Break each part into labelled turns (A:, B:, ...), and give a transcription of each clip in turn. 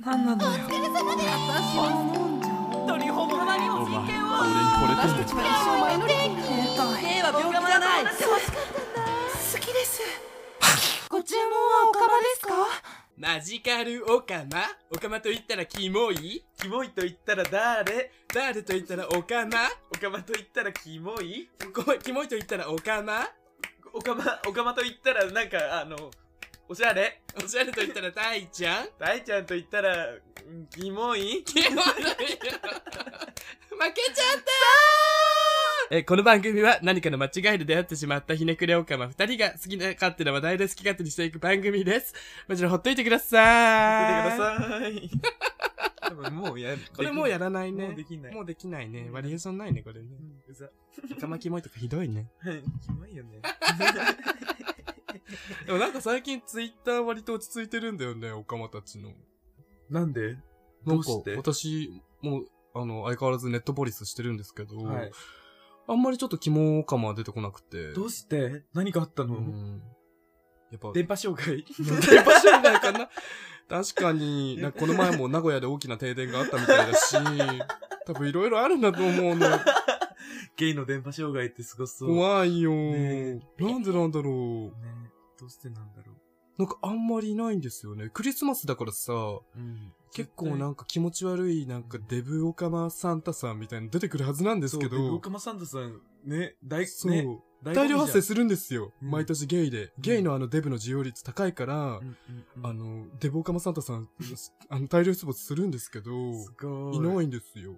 A: 何なのよ私は飲んじゃおう
B: ドリホモマにも人権を
C: 俺に惚れてん
A: 私たちは一生前乗り兵と兵は病気じゃない
B: 我慢
A: 好きですご注文はおかまですか
B: マジカルオカマオカマと言ったらキモいキモいと言ったら誰誰と言ったらオカマオカマと言ったらキモいキモいと言ったらオカマ
D: おかま、おかまと言ったら、なんか、あの、おしゃれ
B: おしゃれと言ったらタイち ゃん
D: 大ちゃんと言ったら、うんキモい
B: キモいよ負けちゃったえーこの番組は何かの間違いで出会ってしまったひねくれオカマ二人が好きな勝手な話題で好き勝手にしていく番組です。もちろんほっといてください。
D: 見ててください。多分もうやる。
B: これもうやらない
D: も
B: ね
D: うで。きない。
B: もうできないね。バリエーションないね、こ れね。
D: うんうざ。
B: オカマキモいとかひどいね。
D: はいキモいよね。
B: でもなんか最近ツイッター割と落ち着いてるんだよね、オカマたちの。
D: なんで
B: な
D: ど
B: ん
D: う
B: か
D: して、
B: 私も、あの、相変わらずネットポリスしてるんですけど、
D: はい。
B: あんまりちょっとキモオカマは出てこなくて。
D: どうして何かあったの、
B: うんやっぱ、
D: 電波障害
B: 電波障害かな確かに、なんかこの前も名古屋で大きな停電があったみたいだ し、多分いろいろあるんだと思うの。
D: ゲイの電波障害ってすごそう。ね
B: 怖いよ、
D: ね
B: なんでなんだろ
D: どうしてなんだろ
B: う。なんかあんまりいないんですよね。クリスマスだからさ、
D: う。うん。
B: 結構なんか気持ち悪い、なんかデブオカマサンタさんみたいなの出てくるはずなんですけ
D: そうで
B: ど
D: 大、熊サンタさん、ね、大、
B: そう、
D: ね、醍醐味じゃん
B: 大量発生するんですよ。
D: うん
B: 毎年ゲイで。ゲイのあのデブの需要率高いから、
D: うんうんうん
B: あの、デボオカマサンタさん、あの、大量出没するんですけど、
D: すごい。
B: いないんですよ。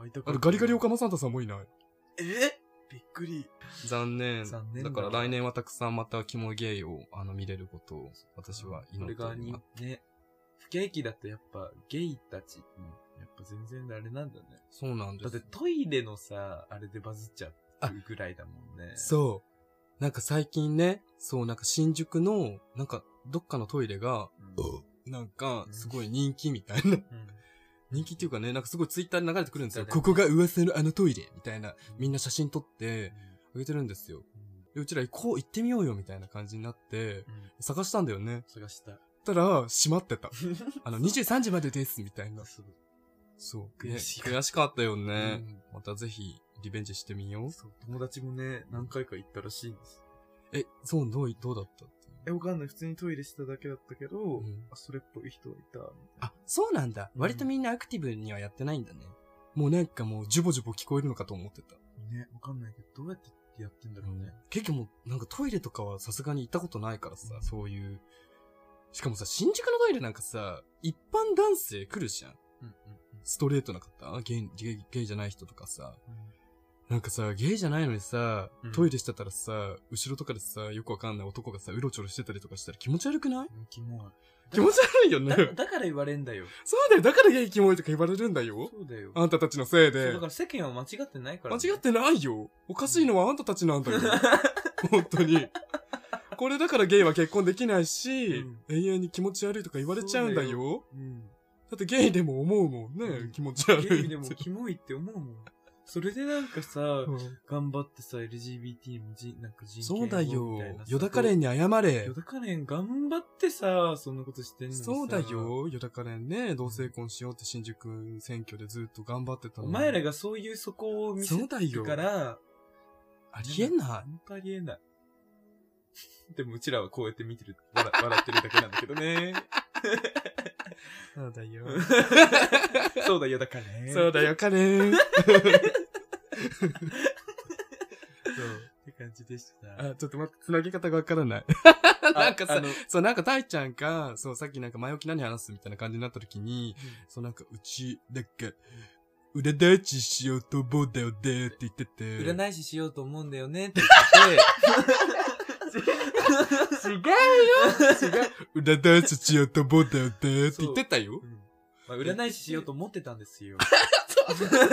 D: 会いたか
B: あ
D: った
B: の、ガリガリオカマサンタさんもいない。
D: えびっくり。
B: 残念
D: 残念だな
B: 年はたくさんまたキモゲイを、あの、見れることを、私
D: これがに
B: ます
D: ね、不景気だとやっぱゲイたち、やっぱ全然あれなんだね。
B: そうなんで
D: だって
B: す。
D: トイレのさ、あれでバズっちゃうぐらいだもんね。
B: そう。なんか最近ね、そう、なんか新宿の、なんか、どっかのトイレが、なんか、すごい人気みたいな。
D: うん。うん
B: 人気っていうかね、なんかすごいツイッターに流れてくるんですよ。
D: だね
B: ここが噂のあのトイレみたいな、みんな写真撮って、あげてるんですよ。で、うちら行こう、行ってみようよみたいな感じになって、
D: うん
B: 探したんだよね。
D: 探した。
B: たら、閉ま ってた。あの、23時までです、みたいな。
D: そう
B: そう。
D: 悔
B: ね
D: しい
B: 悔しかったよ
D: う
B: ね。
D: ん
B: またぜひ、リベンジしてみよう。
D: そう友達もね、何回か行ったらしいんです。
B: え、そう、どう、どうだったって
D: え、わかんない。普通にトイレしただけだったけど、
B: うん
D: あ、それっぽい人はいた。
B: あ、そうなんだ。割とみんなアクティブにはやってないんだね。もうなんかもう、ジュボジュボ聞こえるのかと思ってた。
D: ね、わかんないけど、どうやってやってんだろうね。
B: 結局もう、なんかトイレとかはさすがに行ったことないからさ、そういう。しかもさ、新宿のトイレなんかさ、一般男性来るじゃん。
D: うんうん
B: ストレートな方ゲイ、ゲイゲイじゃない人とかさ。
D: うん。
B: なんかさ、ゲイじゃないのにさ
D: う、ん
B: トイレしてたらさ、後ろとかでさ、よくわかんない男がさ、うろちょろしてたりとかしたら気持ち悪くない
D: うんキモい。
B: 気持ち悪いよ ね
D: だ。だから言われんだよ。
B: そうだよ、だからゲイキモいとか言われるんだよ。
D: そうだよ。
B: あんたたちのせい
D: そう
B: で
D: だか。ら世間は間違ってないから
B: 間
D: ね、
B: 違ってないよ。おかしいのはあんたたちなんだよ。本当に。これだからゲイは結婚できないし、永遠に気持ち悪いとか言われちゃうんだよ。
D: そうだ うん。
B: だってゲイでも思うもんね、
D: うん
B: 気持ち悪いって。
D: ゲイでもキモいって思うもん。それでなんかさ、
B: うん
D: 頑張ってさ、LGBT もじなんか人権
B: そうだ
D: を
B: よ
D: みたいな。さ
B: よだかれんに謝れ
D: ヨ。ダカレン頑張ってさ、そんなことしてんのにさ。
B: そうだ。よ。よだかれんね、同性婚しようって新宿選挙でずっと頑張ってた
D: お
B: の。
D: 前らがそういうそこを見せ
B: そうだよ
D: るから、
B: ありえな
D: 本当ありえない。 でもうちらはこうやって見てる、笑笑ってるだけなんだけ どね。
B: い。そうだよ
D: そうだよ、だから ね。
B: そうだよ、カレン。
D: って感じでした。
B: あ、ちょっと待って、つなぎ方がわから ない。なんかさ
D: ああの
B: そう、なんか、たいちゃんが、そう、さっきなんか、前置き何話すみたいな感じになった時に、そう、なんか、うち、なんか、裏立ちしようと思うんだよねって言ってて。
D: 占い師しようと思うんだよねって言って。違うよ、
B: 裏立ちしようと思うんだよねって言ってたよ。
D: まあ、占い師しようと思ってたんですよ。
B: はい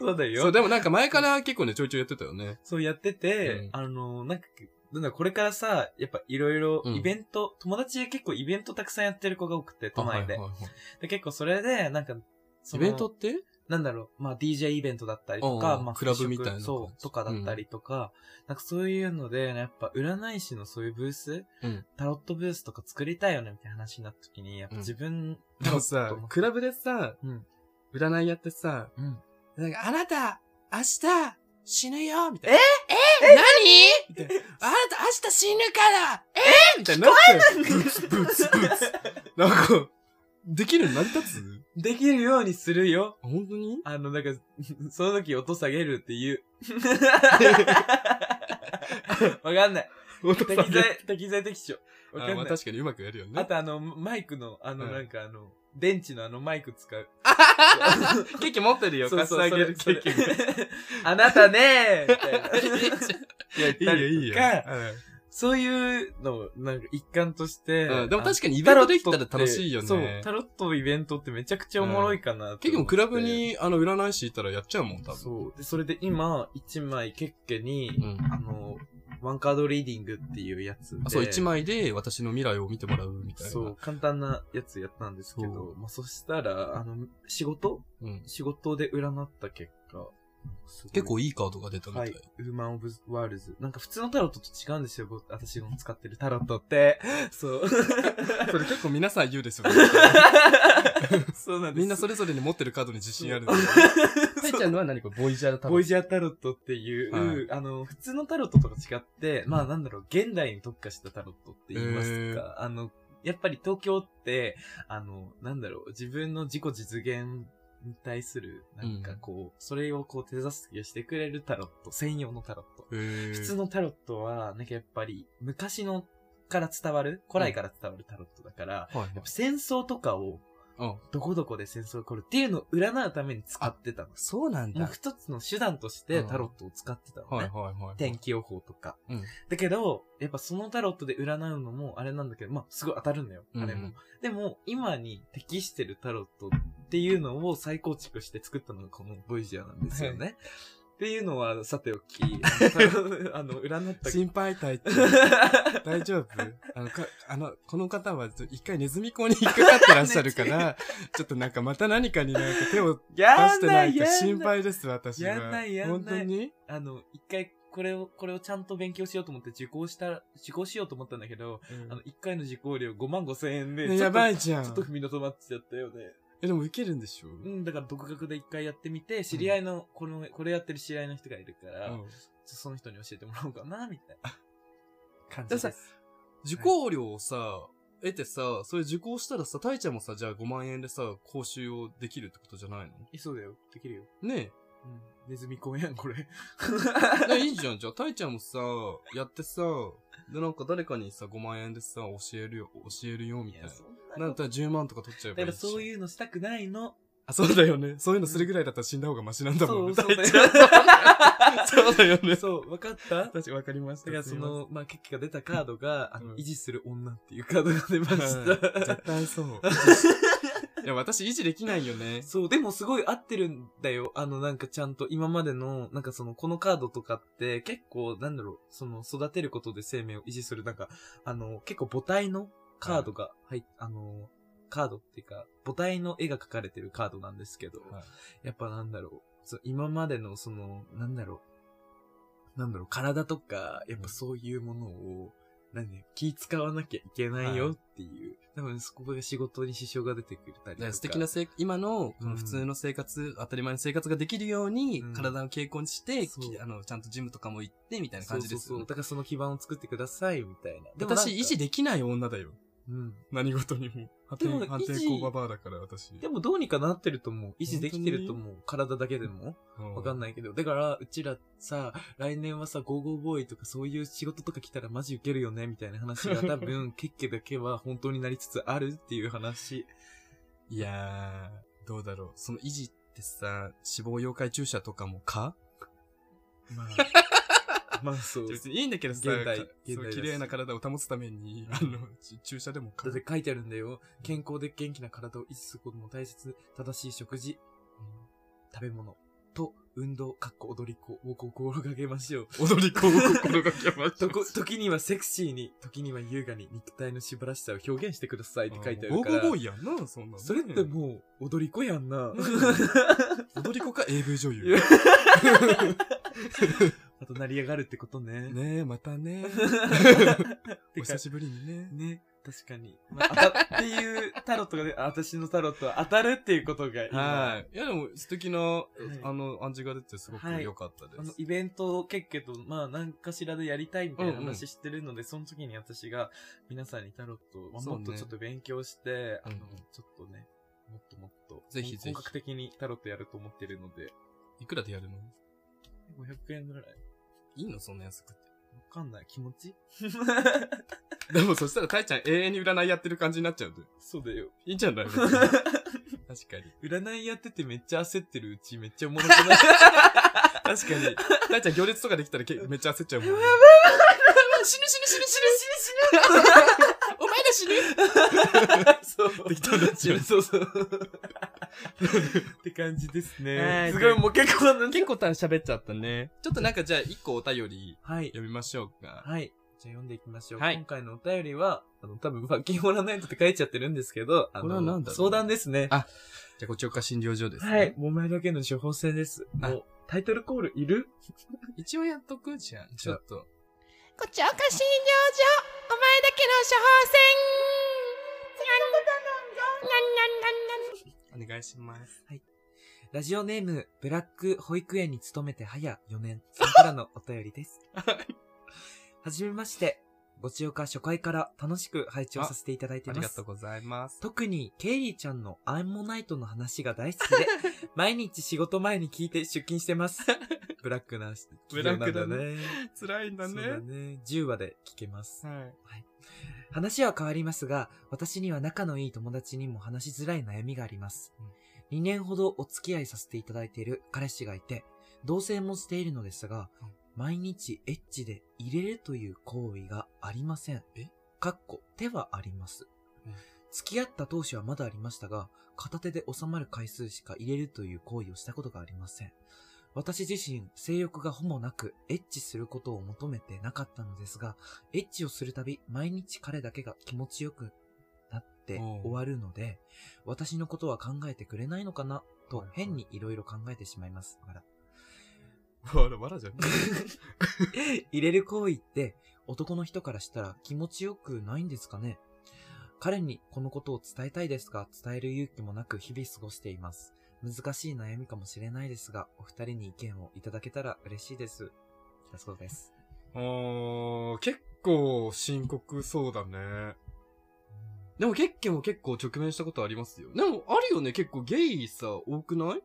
D: そうだ よ。
B: そう、でもなんか前から結構ね、ちょいちょいやってたよね。
D: そうやってて、
B: うん
D: あの、なんか、なんだこれからさ、やっぱいろいろ
B: うん
D: イベント、友達結構イベントたくさんやってる子が多くて、都内で。
B: あはいはいはい
D: で結構それで、なんか、そ
B: イ
D: の
B: ベントって
D: なんだろう、まあ DJ イベントだったりとか、
B: うんうん
D: まあ
B: クラブみたいな感
D: 服
B: じ
D: 飾そう、とかだったりとか、なんかそういうので、やっぱ占い師のそういうブース、
B: うん
D: タロットブースとか作りたいよねみたいな話になった時に、やっぱ自分、
B: でもさ、クラブでさ、
D: うん
B: 占いやってさ、
D: うん
B: なんか、あなた、明日、死ぬよみたいな。ええ何みたいな。あなた、明日死ぬからえみたいな。ブツブツブツ。なんか、できるようになり立つ
D: できるようにするよ。
B: 本当に
D: あの、なんか、 その時音下げるっ て言う。わかんない。
B: 音下げ
D: 適材、適材適所。わかん
B: あま
D: な
B: あ
D: い。
B: 確かにうまくやるよね。
D: あとあの、マイクの、あの、
B: うん
D: なんかあの、電池のあのマイク使う。
B: ケーキ持ってるよ、
D: そう
B: 貸
D: そ
B: し
D: う
B: 上げる
D: そ
B: ケ
D: れ
B: ーキみたいな。
D: あなたねーみたいな。
B: い
D: やったりとか
B: う
D: そういうのを、なんか一環として。
B: んうんでも確
D: か
B: かにイベントできたら楽しいよ
D: そう、
B: ね
D: タ。ロットイベントってめちゃくちゃおもろいかなって
B: 結
D: 思って
B: 局クラブ、に、あの、占い師いたらやっちゃうもん、多分。
D: そう。で、それで今、一枚ケッケに、
B: うん。
D: あの、ワンカードリーディングっていうやつで。
B: あそう、一枚で私の未来を見てもらうみたいな。
D: そう、簡単なやつやったんですけ
B: そ
D: ど、まあ、そしたら、あの、仕事
B: うん。
D: 仕事で占った結果、すごい
B: 結構いいカードが出たみた。
D: はいい。ウーマン・オブ・ワールズ。なんか普通のタロットと違うんですよ、僕私の使ってるタロットって。そ う。
B: それ結構皆さん言うです よ。
D: そうなんです。
B: みんなそ
D: れ、
B: れぞれに持ってるカードに自信あるん
D: そ
B: だ
D: う
B: けど。さえちゃんのは何これボイジャーの
D: ボイジャータロットっていう、あの、普通のタロットとか違って、まあなんだろう、現代に特化したタロットって言いますか、あの、やっぱり東京って、あの、なんだろう、自分の自己実現に対する、なんかこう、それをこう手助けしてくれるタロット、専用のタロット。普
B: 普
D: 通のタロットは、なんかやっぱり昔のから伝わる、古来から伝わるタロットだから、
B: はい
D: やっぱ戦争とかを、
B: はい。うん。
D: どこどこで戦争が起こるっていうのを占うために使ってたの。
B: そうなん
D: もう
B: だ。
D: 一つの手段として
B: うん
D: タロットを使ってたのね。
B: はいはいはい。
D: 天気予報とか、
B: うん
D: だけど、やっぱそのタロットで占うのもあれなんだけど、まあすごい当たるんだよ、あれ
B: う
D: も。
B: ん
D: でも、今に適してるタロットっていうのを再構築して作ったのがこのボイジャーなんですよね。っていうのは、さてお き、あのあの、占った
B: 心配体って。大丈夫あの、か、あの、この方はず一回ネズミ講に引っかかってらっしゃるから、ちょっとなんかまた何かになんか手を出
D: や
B: し
D: ん
B: て
D: な
B: ないい
D: や
B: か
D: んない
B: 心配です、私は。
D: やんないやんない
B: 本当に
D: あの、一回これを、これをちゃんと勉強しようと思って受講した、受講しようと思ったんだけど、あの、一回の受講料5万5千円で、
B: ねやば
D: い。
B: いじゃ
D: ちょっと
B: ん。
D: 踏みの止まっちゃったよね。
B: え、でも受けるんでしょ
D: うん、だから独学で一回やってみて、知り合いの、この、これやってる知り合いの人がいるから、
B: うん
D: その人に教えてもらおうかな、みたいな感
B: で
D: じ
B: もさ
D: です。
B: 受講料をさ、得てさ、それ受講したらさ、たいちゃんもさ、じゃあ5万円でさ、講習をできるってことじゃないの
D: え、そうだよ。できるよ。
B: ね
D: うん。ネズミ公園、これ。
B: え。ねいいじゃん。じ ゃあ、たいちゃんもさ、やってさ、で、なんか誰かにさ、5万円でさ、教えるよ、教えるよ、みたいな。
D: ん
B: なんだったら10万とか取っちゃえば
D: だ
B: い
D: か
B: いじ
D: ら
B: ゃん。
D: そういうのしたくないの。
B: あ、そうだよね。そういうのするぐらいだったら死んだ方がマシなんだもんね。
D: そうそう
B: 大ちゃんそうだよね。
D: そう、わかっただか
B: 確かにわかりまし
D: らその、まあ、結果が出たカードが、あの、
B: うん
D: 維持する女っていうカードが出ま
B: はい
D: した
B: 絶。対 そう。いや、私維持できないよね。
D: そう、でもすごい合ってるんだよ。あの、なんかちゃんと今までの、なんかその、このカードとかって、結構、なんだろう、その、育てることで生命を維持する、なんか、あの、結構母体のカードが入っ、あの、カードっていうか、母体の絵が描かれてるカードなんですけど、
B: はい
D: やっぱなんだろう、そう今までのその、なんだろう、なんだろう、体とか、やっぱそういうものを、何気使わなきゃいけないよっていう。多分そこが仕事に支障が出てくれたりと
B: ね
D: か。
B: 素敵なせい今のこ
D: う
B: の
D: ん
B: 普通の生活、当たり前の生活ができるように、
D: うん
B: 体の傾向にして、き
D: そう
B: あのちゃんとジムとかも行ってみたいな感じです
D: そうそ
B: よ
D: うそ
B: ね
D: う。だからその基盤を作ってください、みたいな。でもなんか
B: 私維持できない女だよ
D: うん。
B: 何事にも破
D: でも
B: 天破
D: 維持
B: 天荒ババアだから私
D: でもどうにかなってると思う。維持できてると
B: 本
D: 思う。体だけでも。わかん
B: ない
D: ないけど。だから、うちらさ、来年はさ、ゴーゴーボーイとかそういう仕事とか来たらマジウケるよね、みたいな話 が多分、ケッケだけは本当になりつつあるっていう話。
B: いやーどうだろうその維持ってさ死亡妖怪注射とかもか
D: まあ、 まあ そう。
B: 別にいいんだけどさ
D: 現代
B: か
D: 現代
B: そう
D: だし
B: 綺麗な体を保つためにあのち注射でもか
D: だって書いてあるんだよ。健康で元気な体を維持することも大切。正しい食事、食べ物と運動、かっこ踊り子を心がけましょう。
B: 踊り子を心がけまし
D: とこ時にはセクシーに、時には優雅に肉体の素晴らしさを表現してくださいって書いてあるか
B: ゴー
D: ら。
B: ゴーボーイやんな、そんなの。
D: それってもう踊り子やんな。
B: うん、踊り子か AV 女優。
D: あと成り上がるってことね。
B: ねえ、また ね。お
D: てか
B: 久しぶりにね。
D: ね、確かに。まあ、当たっていうタロットがね、 あ私のタロットは当たるっていうことが今
B: はい。いや、でも素敵な、
D: い
B: あの、暗示が出てすごく
D: はい
B: 良かったで
D: あの
B: す。
D: イベントを結構と、まあ、何かしらでやりたいみたいな
B: うんうん
D: 話してるので、その時に私が皆さんにタロットをまあ
B: そう
D: も
B: ね
D: っとちょっと勉強して、あの
B: うんうん、
D: ちょっとね、もっともっと、
B: ぜひぜひ
D: 本格的にタロットやると思ってるので、
B: いくらでやるの
D: 500円ぐらい。
B: いいのそんな安くて。
D: わかんない。気持ち
B: でもそしたらタイちゃん永遠に占いやってる感じになっちゃうんで。
D: そうだよ。
B: いいんじゃない別 に確かに。
D: 占いやっててめっちゃ焦ってるうちめっちゃおもろくない
B: 確かに。大ちゃん行列とかできたらけめっちゃ焦っちゃうもん、ね。死ぬ死ぬ死ぬ死ぬ死ぬ死ぬお前ら死ぬ
D: そう。
B: できたんだ自分
D: そうそう。って感じです
B: は
D: ね。
B: い
D: すごい、もう結構なんで
B: 結構た喋っちゃったね。ちょっとなんかじゃあ一個お便り
D: はい。
B: 読みましょうか。
D: はい。じゃあ読んでいきましょう。
B: はい
D: 今回のお便りは、あの、多分、罰金もらわないとって書いちゃってるんですけど、あの
B: これは何だろう
D: 相談ですね。
B: あじゃあご聴覚診療所です、ね。
D: はい。。もめだけの処方箋です。
B: あ
D: もう、タイトルコールいる
B: 一応やっとくじゃん。ちょっと。
A: こっちおかしい養生お前だけの処方箋
B: お願いします。
D: ラジオネーム、ブラック保育園に勤めて早4年さんからのお便 りです。はじめまして。ごちよか初回から楽しく拝聴させていただいて
B: あ
D: い
B: り
D: ま
B: が
D: す
B: とう。ございます。
D: 特にケイリーちゃんのアンモナイトの話が大 好きで、毎日仕事前に聞いて出勤してます。ブラックな
B: ブラックだね
D: 企業なん
B: 辛いん
D: そうだね。10話で聞けます。
B: はい。
D: 話は変わりますが、私には仲のいい友達にも話しづらい悩みがあります。2年ほどお付き合いさせていただいている彼氏がいて、同棲もしているのですが、
B: うん
D: 毎日エッチで入れるという行為がありません。
B: え
D: かっこ、手はあります。
B: うん
D: 付き合った当初はまだありましたが、片手で収まる回数しか入れるという行為をしたことがありません。私自身、性欲がほもなく、エッチすることを求めてなかったのですが、エッチをするたび、毎日彼だけが気持ちよくなって
B: おう
D: 終わるので、私のことは考えてくれないのかな、
B: は
D: と
B: いはい
D: 変にいろいろ考えてしまいます。笑
B: わらわらじゃん。
D: 入れる行為って男の人からしたら気持ちよくないんですかね彼にこのことを伝えたいですが、伝える勇気もなく日々過ごしています。難しい悩みかもしれないですが、お二人に意見をいただけたら嬉しいです。だそうです。
B: おー、結構深刻そうだね。でも結構結構直面したことありますよ。でもあるよね、結構ゲイさ、多くない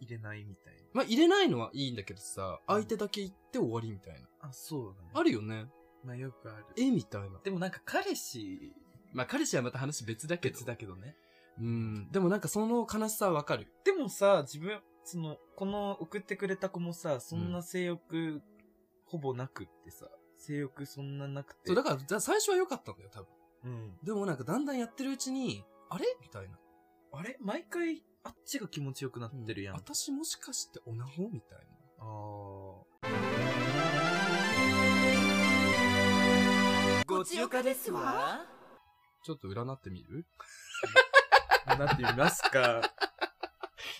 D: 入れないみたい
B: まあ、入れないのはいいんだけどさ、相手だけ行って終わりみたいな。
D: な。あ、そうだね。
B: あるよね。
D: まあよくある。
B: えみたいな。
D: でもなんか彼氏、
B: まあ、彼氏はまた話別だけど。
D: 別だけどね。
B: うん。でもなんかその悲しさはわかる。
D: でもさ、自分、その、この送ってくれた子もさ、そんな性欲、ほぼなくってさ、性欲そんななくて。
B: そう、だから、じゃあ最初は良かったんだよ、多分。
D: うん。
B: でもなんかだんだんやってるうちに、あれみたいな。
D: あれ毎回、あっちが気持ちよくなってるやん。あ
B: 私もしかしてオナホみたいな。
D: あー。
A: ごちよかですわ
B: ちょっと占ってみる
D: なってみますか。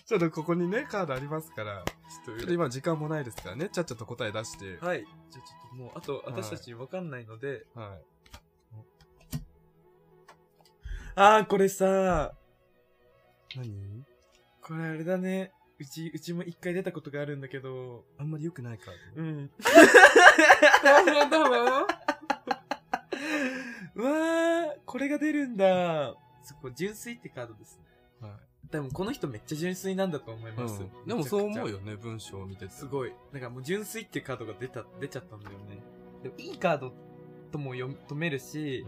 B: ちょっとここにね、カードありますから。
D: ちょ
B: ちょ
D: っ
B: っ
D: と
B: と今時間もないですからね、ちゃっちゃと答え出して。
D: はい。じゃあちょっともう、あと、私たちわかんないので。
B: は
D: ああ、これさ、
B: い。何
D: これあれだね。うち、うちも一回出たことがあるんだけど、
B: あんまり良くないカー ド。
D: うん。
B: 大変だわ。
D: うわー、これが出るんだ。そこ、純粋ってカードですね。
B: は
D: 多分この人めっちゃ純粋なんだと思い
B: い。
D: ます。
B: でもそう思う
D: よ。
B: よね、文章を見てて。
D: す
B: い。
D: ごい。なんかもう純粋ってカードが出た、出ちゃったんだよね。でもいいカードとも読み止めるし、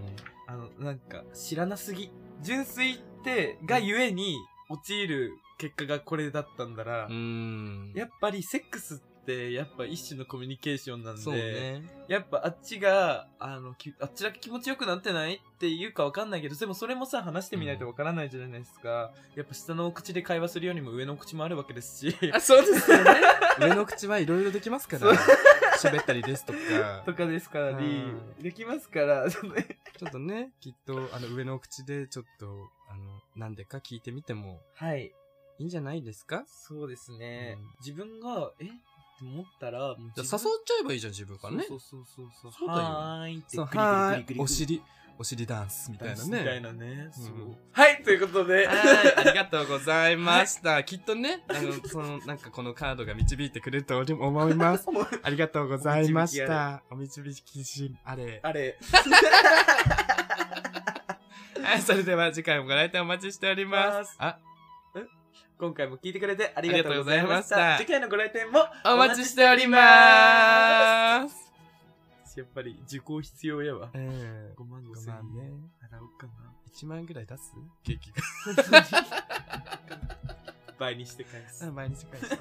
D: あの、なんか知らなすぎ。純粋って、がゆえに、陥る結果がこれだったんだら、
B: うん。
D: やっぱりセックスって、やっぱ一種のコミュニケーションなんで、
B: そうね。
D: やっぱあっちが、あの、きあっちだけ気持ちよくなってないっていうかわかんないけど、でもそれもさ、話してみないとわからないじゃないですか。やっぱ下のお口で会話するよりも上のお口もあるわけですし、
B: あ、そうですよね。上の口はいろいろできますから。 喋ったりですとか。
D: とかですから
B: う
D: ね、
B: ん
D: できますから、 その
B: ちょっとね、きっと、あの、上の口でちょっと、あの、なんでか聞いてみても
D: はい。
B: いいんじゃないですか
D: そうですね。
B: うん
D: 自分が、えって思ったら、もう
B: じゃあ
D: 自
B: 誘っ
D: 分
B: ちゃえばいいじゃん、自分からね。
D: そうそうそうそう。
B: そうだよ
D: はーいって
B: そう、
D: グリグリ
B: は
D: グリグ
B: ー
D: リ
B: い。お尻、お尻ダンスみたいなね。
D: みたいなね。
B: うん
D: そうはい、ということで。
B: はい、ありがとうございました。きっとね、あの、その、なんかこのカードが導いてくれると思い ます。ありがとうございました。お導きし、あれ。
D: あれ。
B: はい、それでは次回もご来店お待ちしております。あ、
D: 今回も聞いてくれてありがとうございまし
B: あり
D: た。次回のご来店も
B: お待ちしておりまーす。
D: やっぱり受講必要やわ。
B: うん。
D: 5万5
B: 5
D: 千
B: 万
D: 円
B: ね。
D: 払おうかな。
B: 1万ぐらい出すケーキ
D: 倍にして返す
B: が。。毎日返して。